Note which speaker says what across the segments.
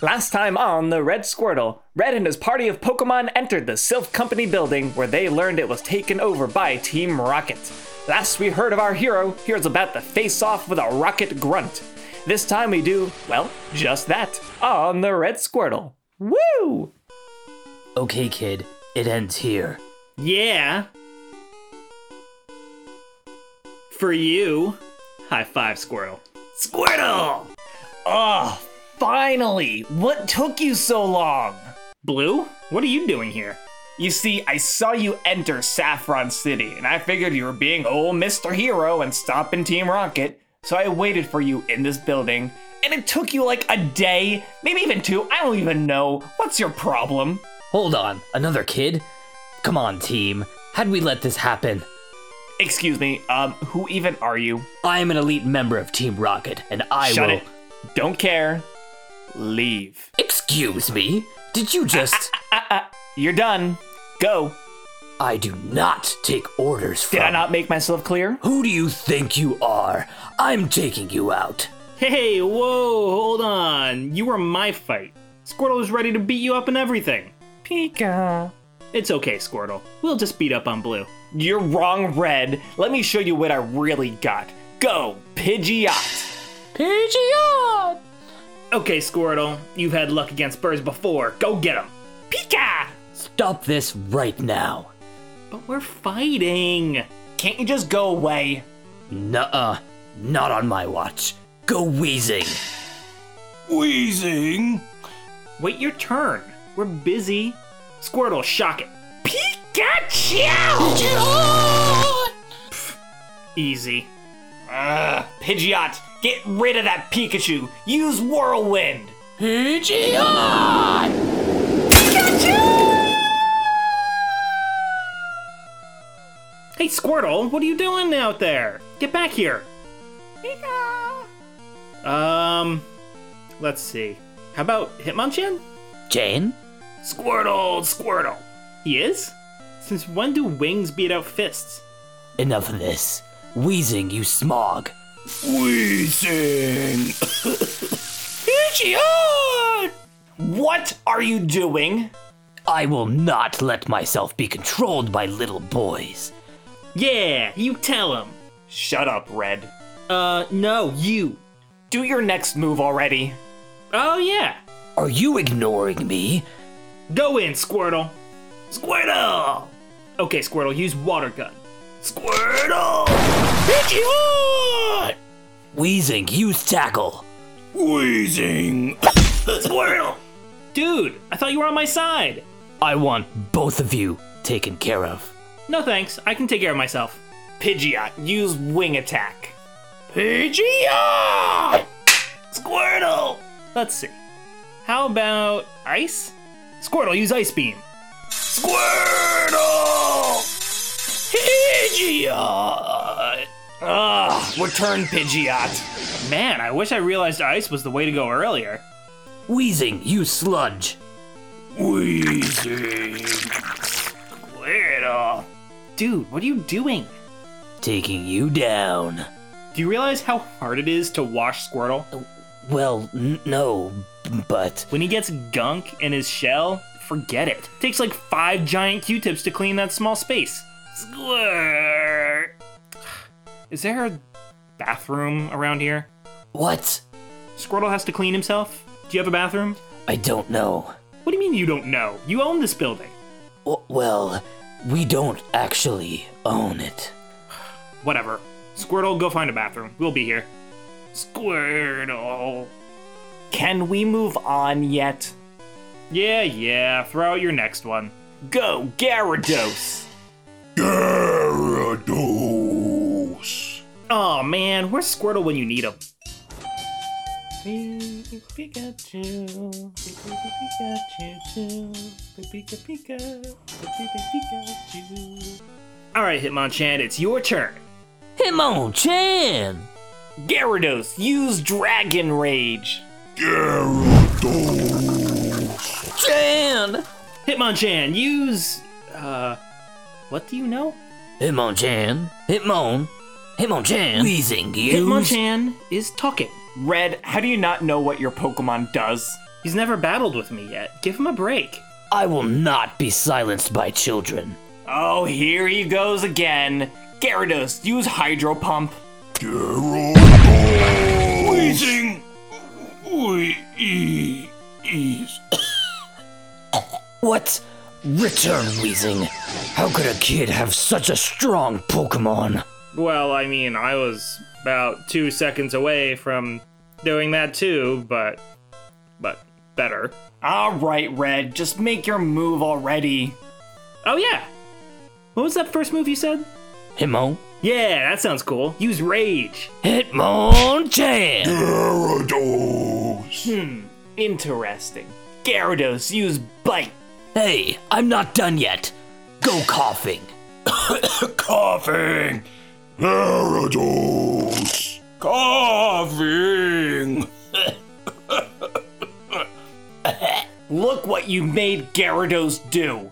Speaker 1: Last time on the Red Squirtle, Red and his party of Pokemon entered the Sylph Company building where they learned it was taken over by Team Rocket. Last we heard of our hero, here's about to face off with a rocket grunt. This time we do, well, just that on the Red Squirtle. Woo!
Speaker 2: Okay, kid, it ends here.
Speaker 3: Yeah. For you. High five, Squirrel.
Speaker 1: Squirtle! Oh, finally! What took you so long?
Speaker 3: Blue, what are you doing here?
Speaker 1: You see, I saw you enter Saffron City, and I figured you were being old Mr. Hero and stopping Team Rocket, so I waited for you in this building, and it took you like a day, maybe even two, I don't even know. What's your problem?
Speaker 2: Hold on, another kid? Come on, team. How'd we let this happen?
Speaker 1: Excuse me, um, who even are you?
Speaker 2: I am an elite member of Team Rocket, and I
Speaker 1: Shut
Speaker 2: will.
Speaker 1: it. Don't care. Leave.
Speaker 2: Excuse me? Did you just.
Speaker 1: You're done. Go.
Speaker 2: I do not take orders from.
Speaker 1: Did I not make myself clear?
Speaker 2: Who do you think you are? I'm taking you out.
Speaker 3: Hey, whoa, hold on. You were my fight. Squirtle was ready to beat you up and everything.
Speaker 1: Pika.
Speaker 3: It's okay, Squirtle. We'll just beat up on Blue.
Speaker 1: You're wrong, Red. Let me show you what I really got. Go, Pidgeot.
Speaker 2: Pidgeot!
Speaker 3: Okay, Squirtle, you've had luck against birds before. Go get them.
Speaker 1: Pika!
Speaker 2: Stop this right now.
Speaker 3: But we're fighting.
Speaker 1: Can't you just go away?
Speaker 2: Nuh-uh. Not on my watch. Go wheezing.
Speaker 1: Wheezing.
Speaker 3: Wait your turn. We're busy. Squirtle, shock it.
Speaker 1: Pikachu!
Speaker 3: Easy.
Speaker 1: Ugh, Pidgeot, get rid of that Pikachu. Use Whirlwind.
Speaker 2: Pidgeot!
Speaker 3: Hey, Squirtle, what are you doing out there? Get back here. Um, let's see. How about Hitmonchan?
Speaker 2: Jane?
Speaker 3: Squirtle, Squirtle. He is? Since when do wings beat out fists?
Speaker 2: Enough of this. Wheezing, you smog.
Speaker 1: Wheezing. Pidgeot! What are you doing?
Speaker 2: I will not let myself be controlled by little boys.
Speaker 3: Yeah, you tell him.
Speaker 1: Shut up, Red.
Speaker 3: Uh, no, you.
Speaker 1: Do your next move already.
Speaker 3: Oh, yeah.
Speaker 2: Are you ignoring me?
Speaker 3: Go in, Squirtle. Squirtle! Okay, Squirtle, use water gun.
Speaker 1: Squirtle! Pidgeot!
Speaker 2: Wheezing, use tackle.
Speaker 1: Wheezing! Squirtle!
Speaker 3: Dude, I thought you were on my side.
Speaker 2: I want both of you taken care of.
Speaker 3: No thanks, I can take care of myself.
Speaker 1: Pidgeot, use wing attack. Pidgeot! Squirtle!
Speaker 3: Let's see. How about ice? Squirtle, use ice beam.
Speaker 1: Squirtle! Pidgeot! Ugh, return Pidgeot.
Speaker 3: Man, I wish I realized ice was the way to go earlier.
Speaker 2: Wheezing, use sludge.
Speaker 1: Wheezing. Squirtle.
Speaker 3: Dude, what are you doing?
Speaker 2: Taking you down.
Speaker 3: Do you realize how hard it is to wash Squirtle?
Speaker 2: Well, n- no, but
Speaker 3: When he gets gunk in his shell, forget it. Takes like five giant Q-tips to clean that small space. Squirt. Is there a bathroom around here?
Speaker 2: what?
Speaker 3: Squirtle has to clean himself. Do you have a bathroom?
Speaker 2: I don't know.
Speaker 3: What do you mean you don't know? You own this building.
Speaker 2: W- well, we don't actually own it.
Speaker 3: Whatever. Squirtle, go find a bathroom. We'll be here. Squirtle.
Speaker 1: Can we move on yet?
Speaker 3: Yeah, yeah. Throw out your next one.
Speaker 1: Go, Gyarados! Gyarados!
Speaker 3: Oh man, where's Squirtle when you need him?
Speaker 1: Pikachu, Pikachu, Pika Pika, Pikachu.
Speaker 3: All right, Hitmonchan, it's your turn.
Speaker 2: Him on Chan!
Speaker 1: Gyarados, use Dragon Rage.
Speaker 2: Chan!
Speaker 3: Hitmonchan, use. Uh. What do you know?
Speaker 2: Him on Chan! Him on! Him on Chan! Wheezing, use.
Speaker 3: Hitmonchan is talking.
Speaker 1: Red, how do you not know what your Pokemon does? He's never battled with me yet. Give him a break.
Speaker 2: I will not be silenced by children.
Speaker 4: Oh, here he goes again. Gyarados, use Hydro Pump.
Speaker 1: Wheezing!
Speaker 2: What? Return, Weezing. How could a kid have such a strong Pokemon?
Speaker 1: Well, I mean, I was about two seconds away from doing that too, but. but better.
Speaker 4: All right, Red, just make your move already.
Speaker 1: Oh, yeah! What was that first move you said?
Speaker 2: Hitmon?
Speaker 1: Yeah, that sounds cool. Use Rage.
Speaker 2: Hitmonchan!
Speaker 4: Interesting. Gyarados, use Bite.
Speaker 2: Hey, I'm not done yet. Go coughing.
Speaker 5: coughing. Gyarados. Coughing.
Speaker 4: Look what you made Gyarados do.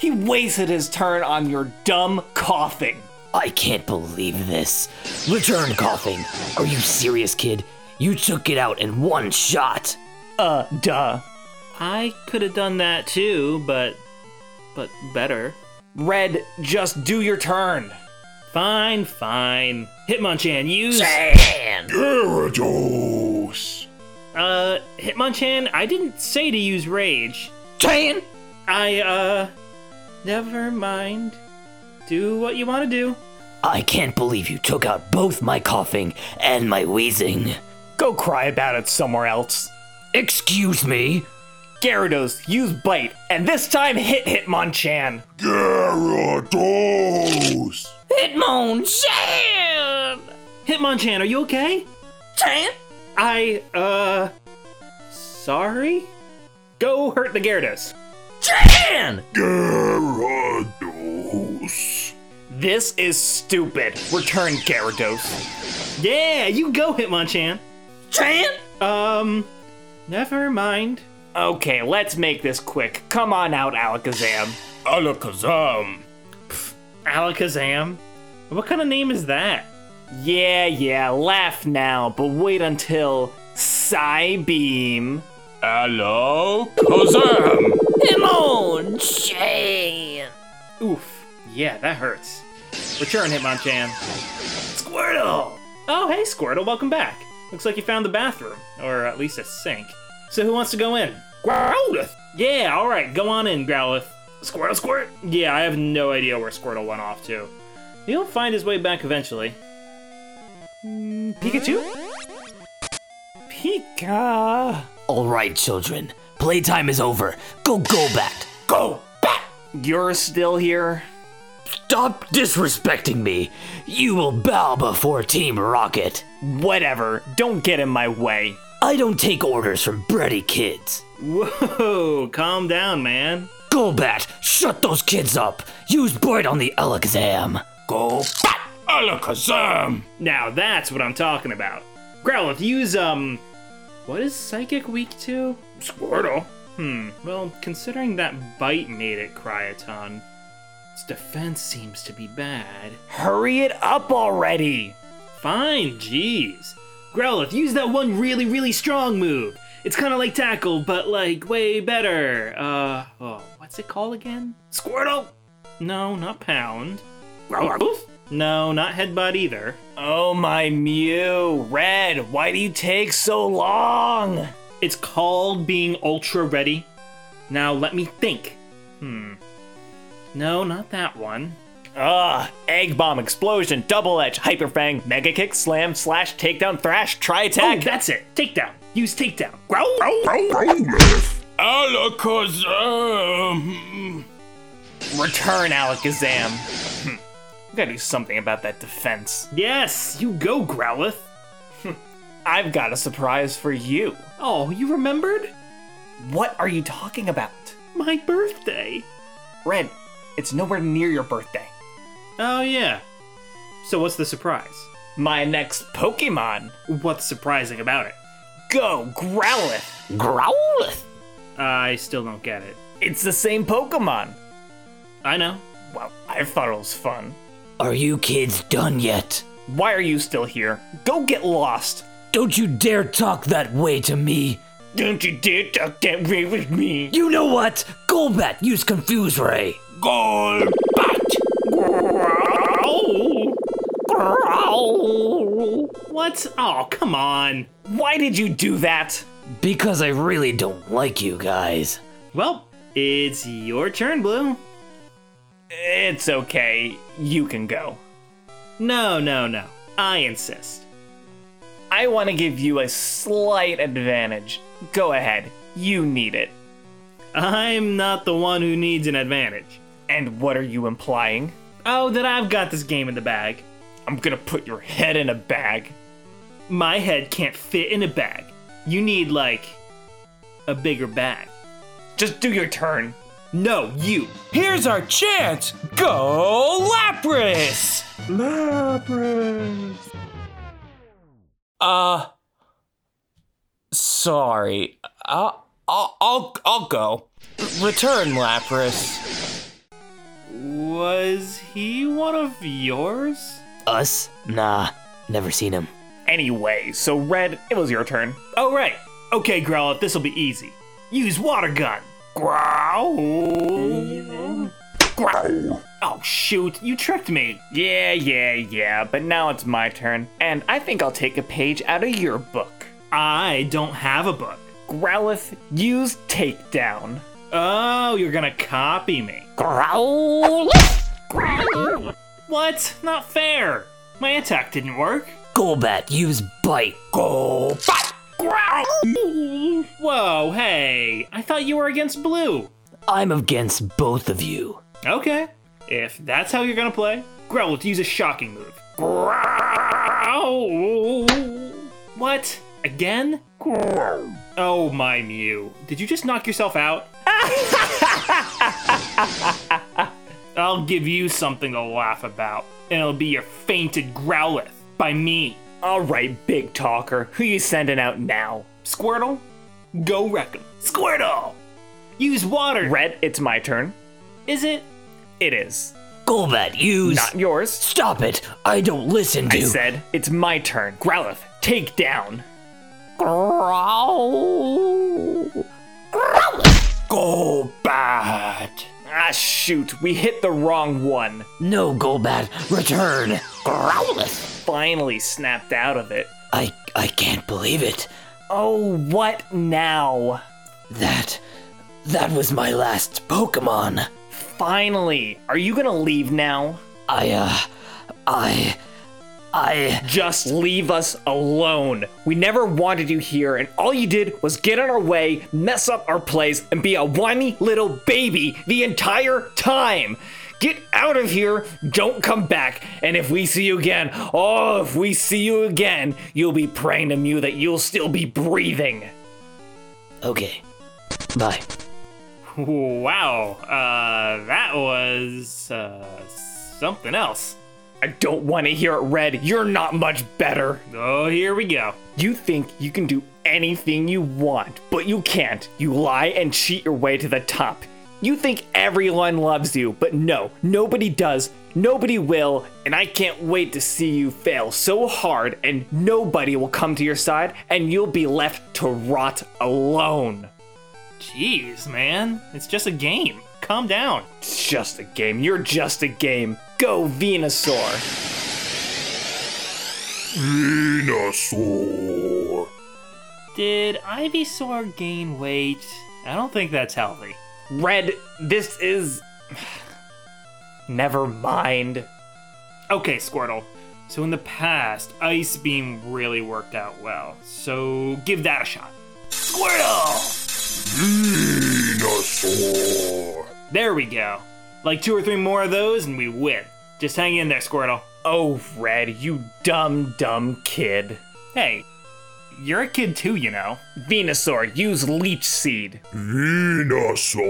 Speaker 4: He wasted his turn on your dumb coughing.
Speaker 2: I can't believe this. Return coughing. Are you serious, kid? You took it out in one shot.
Speaker 4: Uh, duh.
Speaker 1: I could have done that too, but. but better.
Speaker 4: Red, just do your turn.
Speaker 1: Fine, fine. Hitmonchan, use.
Speaker 2: Man!
Speaker 5: Gyarados.
Speaker 1: Uh, Hitmonchan, I didn't say to use Rage.
Speaker 2: Tan!
Speaker 1: I, uh. Never mind. Do what you want to do.
Speaker 2: I can't believe you took out both my coughing and my wheezing.
Speaker 4: Go cry about it somewhere else.
Speaker 2: Excuse me?
Speaker 4: Gyarados, use Bite, and this time hit Hitmonchan.
Speaker 5: Gyarados.
Speaker 2: Hitmonchan!
Speaker 1: Hitmonchan, are you okay?
Speaker 2: Tan!
Speaker 1: I, uh. Sorry? Go hurt the Gyarados.
Speaker 2: Tan!
Speaker 5: Gyarados.
Speaker 4: This is stupid. Return Gyarados.
Speaker 1: Yeah, you go, Hitmonchan.
Speaker 2: Tan!
Speaker 1: Um. Never mind.
Speaker 4: Okay, let's make this quick. Come on out, Alakazam.
Speaker 5: Alakazam.
Speaker 1: Alakazam? What kind of name is that?
Speaker 4: Yeah, yeah, laugh now, but wait until Psybeam.
Speaker 5: Alakazam.
Speaker 2: Hitmonchan!
Speaker 1: Oof. Yeah, that hurts. Return, Hitmonchan.
Speaker 4: Squirtle!
Speaker 1: Oh, hey, Squirtle, welcome back. Looks like you found the bathroom, or at least a sink. So who wants to go in? Growlithe! Yeah, alright, go on in, Growlithe. Squirtle, squirt! Yeah, I have no idea where Squirtle went off to. He'll find his way back eventually. Hmm,
Speaker 4: Pikachu? Pika!
Speaker 2: Alright, children. Playtime is over. Go, go back. Go back!
Speaker 4: You're still here?
Speaker 2: Stop disrespecting me. You will bow before Team Rocket.
Speaker 4: Whatever, don't get in my way.
Speaker 2: I don't take orders from bratty kids.
Speaker 1: Whoa, calm down, man.
Speaker 2: Golbat, shut those kids up. Use Bite on the Alakazam. Go.
Speaker 5: Alakazam.
Speaker 1: Now that's what I'm talking about. Growlithe, use, um. What is Psychic weak to?
Speaker 5: Squirtle.
Speaker 1: Hmm, well, considering that bite made it cry a ton, its defense seems to be bad.
Speaker 4: Hurry it up already!
Speaker 1: Fine, jeez. Growlithe, use that one really, really strong move. It's kind of like tackle, but like way better. Uh, oh, what's it called again?
Speaker 4: Squirtle!
Speaker 1: No, not pound.
Speaker 2: Oh,
Speaker 4: Growlithe?
Speaker 1: No, not headbutt either.
Speaker 4: Oh my Mew! Red, why do you take so long?
Speaker 1: It's called being ultra ready. Now let me think. Hmm. No, not that one.
Speaker 4: Ugh, Ah, Egg Bomb, Explosion, Double Edge, Hyper Fang, Mega Kick, Slam, Slash, Takedown, Thrash, Tri
Speaker 1: Oh,
Speaker 4: Attack.
Speaker 1: that's it. Takedown. Use takedown.
Speaker 5: Alakazam.
Speaker 4: Um, Return Alakazam. Hmm. We gotta do something about that defense. Hmm.
Speaker 1: Yes, you go, Growlithe.
Speaker 4: I've got a surprise for you.
Speaker 1: Oh, you remembered?
Speaker 4: What are you talking about?
Speaker 1: My birthday.
Speaker 4: Red, it's nowhere near your birthday.
Speaker 1: Oh, yeah. So, what's the surprise?
Speaker 4: My next Pokemon.
Speaker 1: What's surprising about it?
Speaker 4: Go, Growlithe.
Speaker 2: Growlithe.
Speaker 1: I still don't get it.
Speaker 4: It's the same Pokemon.
Speaker 1: I know.
Speaker 4: Well, I thought it was fun.
Speaker 2: Are you kids done yet?
Speaker 4: Why are you still here? Go get lost.
Speaker 2: Don't you dare talk that way to me.
Speaker 4: Don't you dare talk that way with me.
Speaker 2: You know what? Golbat, use Confuse Ray.
Speaker 5: Goal bat.
Speaker 1: What? Oh, come on.
Speaker 4: Why did you do that?
Speaker 2: Because I really don't like you guys.
Speaker 1: Well, it's your turn, Blue.
Speaker 4: It's okay. You can go.
Speaker 1: No, no, no. I insist.
Speaker 4: I want to give you a slight advantage. Go ahead. You need it.
Speaker 1: I'm not the one who needs an advantage.
Speaker 4: And what are you implying?
Speaker 1: Oh, that I've got this game in the bag.
Speaker 4: I'm gonna put your head in a bag.
Speaker 1: My head can't fit in a bag. You need, like, a bigger bag.
Speaker 4: Just do your turn.
Speaker 1: No, you.
Speaker 6: Here's our chance. Go Lapras. Lapras. Uh, sorry. Uh, I'll, I'll, I'll go. Return Lapras.
Speaker 1: Was he one of yours?
Speaker 2: Us? Nah, never seen him.
Speaker 4: Anyway, so Red, it was your turn.
Speaker 1: Oh, right. Okay, Growlithe, this'll be easy. Use water gun. Growl. Growl. Oh, shoot. You tricked me.
Speaker 4: Yeah, yeah, yeah, but now it's my turn, and I think I'll take a page out of your book.
Speaker 1: I don't have a book.
Speaker 4: Growlithe, use takedown.
Speaker 1: Oh, you're gonna copy me.
Speaker 2: Growl!
Speaker 1: What? Not fair. My attack didn't work.
Speaker 2: Golbat, use Bite. Golbat!
Speaker 1: Whoa, hey. I thought you were against blue.
Speaker 2: I'm against both of you.
Speaker 1: Okay. If that's how you're gonna play, Growlithe, use a shocking move. Growl. What? Again? Oh, my Mew. Did you just knock yourself out? I'll give you something to laugh about, and it'll be your fainted Growlithe by me.
Speaker 4: All right, big talker, who you sending out now?
Speaker 1: Squirtle, go wreck him. Squirtle! Use water!
Speaker 4: Red, it's my turn.
Speaker 1: Is it?
Speaker 4: It is.
Speaker 2: Golbat, use.
Speaker 4: Not yours.
Speaker 2: Stop it! I don't listen to
Speaker 4: I said, it's my turn. Growlithe, take down.
Speaker 5: Goal bat.
Speaker 4: Ah, shoot, we hit the wrong one.
Speaker 2: No, Golbat, return. Growlithe.
Speaker 4: Finally snapped out of it.
Speaker 2: I I can't believe it.
Speaker 4: Oh, what now?
Speaker 2: That that was my last Pokemon.
Speaker 4: Finally, are you gonna leave now?
Speaker 2: I uh I I
Speaker 4: Just leave us alone. We never wanted you here, and all you did was get in our way, mess up our plays, and be a whiny little baby the entire time. Get out of here, don't come back, and if we see you again, oh, if we see you again, you'll be praying to Mew that you'll still be breathing.
Speaker 2: Okay. Bye.
Speaker 1: Wow, uh, that was uh, something else.
Speaker 4: I don't want to hear it, Red. You're not much better.
Speaker 1: Oh, here we go.
Speaker 4: You think you can do anything you want, but you can't. You lie and cheat your way to the top. You think everyone loves you, but no, nobody does, nobody will, and I can't wait to see you fail so hard and nobody will come to your side and you'll be left to rot alone.
Speaker 1: Jeez, man. It's just a game. Calm down.
Speaker 4: It's just a game, you're just a game. Go, Venusaur!
Speaker 5: Venusaur.
Speaker 1: Did Ivysaur gain weight? I don't think that's healthy.
Speaker 4: Red, this is. Never mind.
Speaker 1: Okay, Squirtle. So in the past, Ice Beam really worked out well. So give that a shot. Squirtle!
Speaker 5: Venusaur.
Speaker 1: There we go. Like two or three more of those and we win. Just hang in there, Squirtle.
Speaker 4: Oh, Red, you dumb, dumb kid.
Speaker 1: Hey, you're a kid too, you know.
Speaker 4: Venusaur, use Leech Seed.
Speaker 5: Venusaur.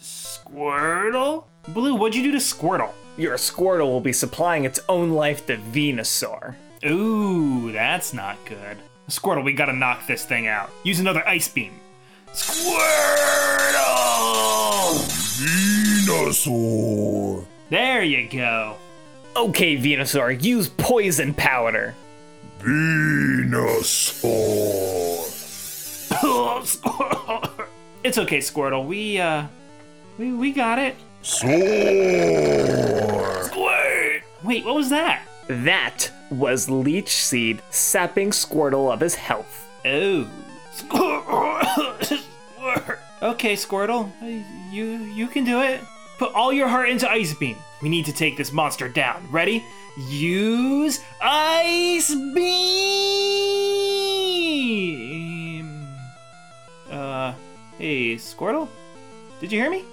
Speaker 1: Squirtle? Blue, what'd you do to Squirtle?
Speaker 4: Your Squirtle will be supplying its own life to Venusaur.
Speaker 1: Ooh, that's not good. Squirtle, we gotta knock this thing out. Use another ice beam. Squirtle!
Speaker 5: Venusaur.
Speaker 1: There you go.
Speaker 4: Okay, Venusaur, use Poison Powder.
Speaker 5: Venusaur.
Speaker 1: It's okay, Squirtle. We uh, we we got it. Squirt. Wait, what was that?
Speaker 4: That was Leech Seed sapping Squirtle of his health.
Speaker 1: Oh. Okay, Squirtle. Uh, You you can do it. Put all your heart into Ice Beam. We need to take this monster down. Ready? Use Ice Beam. Uh, hey, Squirtle. Did you hear me?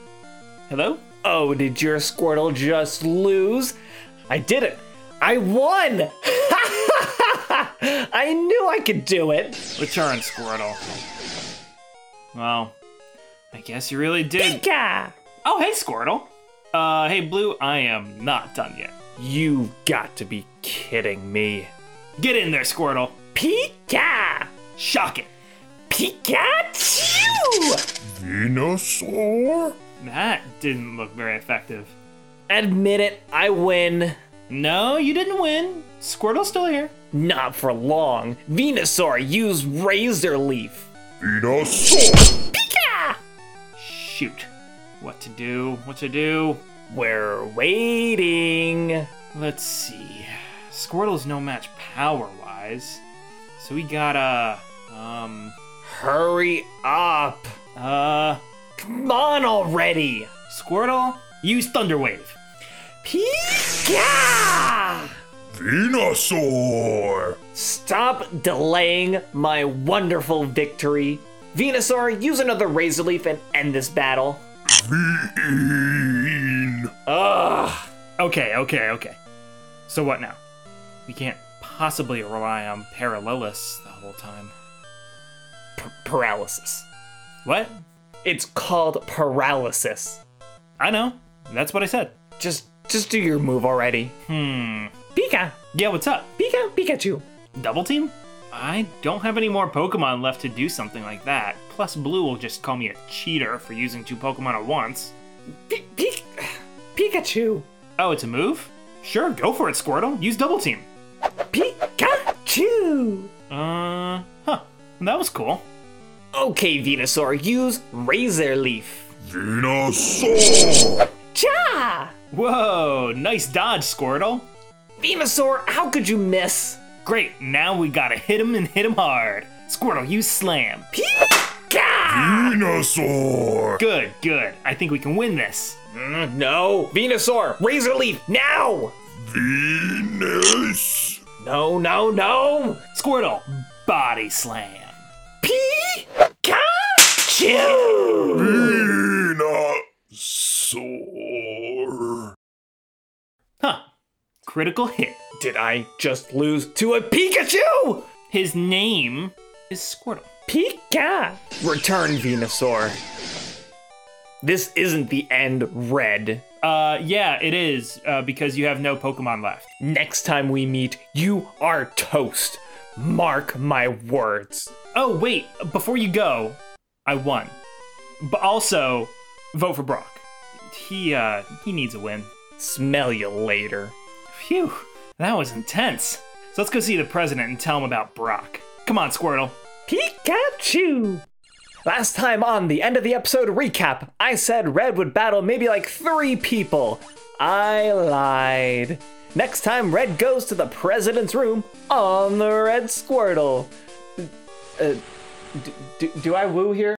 Speaker 1: Hello?
Speaker 4: Oh, did your Squirtle just lose? I did it! I won! I knew I could do it!
Speaker 1: Return, Squirtle. Well, I guess you really did.
Speaker 4: Pika!
Speaker 1: Oh, hey, Squirtle. Uh, hey, Blue, I am not done yet.
Speaker 4: You've got to be kidding me.
Speaker 1: Get in there, Squirtle.
Speaker 4: Pika!
Speaker 1: Shock it.
Speaker 4: Pikachu!
Speaker 5: Dinosaur?
Speaker 1: That didn't look very effective.
Speaker 4: Admit it, I win.
Speaker 1: No, you didn't win. Squirtle's still here.
Speaker 4: Not for long. Venusaur, use Razor Leaf.
Speaker 5: Dinosaur!
Speaker 4: Pika!
Speaker 1: Shoot. What to do? What to do?
Speaker 4: We're waiting.
Speaker 1: Let's see. Squirtle's no match power wise. So we gotta. Um.
Speaker 4: Hurry up.
Speaker 1: Uh.
Speaker 4: Come on already.
Speaker 1: Squirtle, use Thunder Wave.
Speaker 4: Pika!
Speaker 5: Dinosaur!
Speaker 4: Stop delaying my wonderful victory. Venusaur, use another Razor Leaf and end this battle.
Speaker 5: Bean!
Speaker 4: Ugh.
Speaker 1: Okay, okay, okay. So what now? We can't possibly rely on Parallelus the whole time.
Speaker 4: P- paralysis.
Speaker 1: What?
Speaker 4: It's called paralysis.
Speaker 1: I know. That's what I said.
Speaker 4: Just just do your move already.
Speaker 1: Hmm.
Speaker 4: Pika,
Speaker 1: Yeah, what's up?
Speaker 4: Pika, Pikachu.
Speaker 1: Double team? I don't have any more Pokemon left to do something like that. Plus, Blue will just call me a cheater for using two Pokemon at once.
Speaker 4: P- P- Pikachu.
Speaker 1: Oh, it's a move? Sure, go for it, Squirtle. Use double team.
Speaker 4: Pikachu.
Speaker 1: Uh, huh. That was cool.
Speaker 4: Okay, Venusaur, use Razor Leaf.
Speaker 5: Dinosaur!
Speaker 4: Cha!
Speaker 1: Whoa, nice dodge, Squirtle.
Speaker 4: Venusaur, how could you miss?
Speaker 1: Great, now we gotta hit him and hit him hard. Squirtle, use slam.
Speaker 4: Pika!
Speaker 5: Dinosaur!
Speaker 1: Good, good. I think we can win this.
Speaker 4: Uh, No, Venusaur, Razor Leaf now!
Speaker 5: Venus!
Speaker 4: No, no, no!
Speaker 1: Squirtle, body slam.
Speaker 4: Pikachu!
Speaker 5: Dinosaur!
Speaker 1: Huh. Critical hit.
Speaker 4: Did I just lose to a Pikachu?
Speaker 1: His name is Squirtle.
Speaker 4: Pika! Return, Venusaur. This isn't the end, Red.
Speaker 1: Uh, yeah, it is, uh, because you have no Pokemon left.
Speaker 4: Next time we meet, you are toast. Mark my words.
Speaker 1: Oh, wait, before you go, I won. But also, vote for Brock. He, uh, he needs a win.
Speaker 4: Smell you later.
Speaker 1: Phew, that was intense. So let's go see the president and tell him about Brock. Come on, Squirtle.
Speaker 4: Pikachu! Last time on the end of the episode recap, I said Red would battle maybe like three people. I lied. Next time, Red goes to the president's room on the Red Squirtle. Uh, do, do, do I woo here?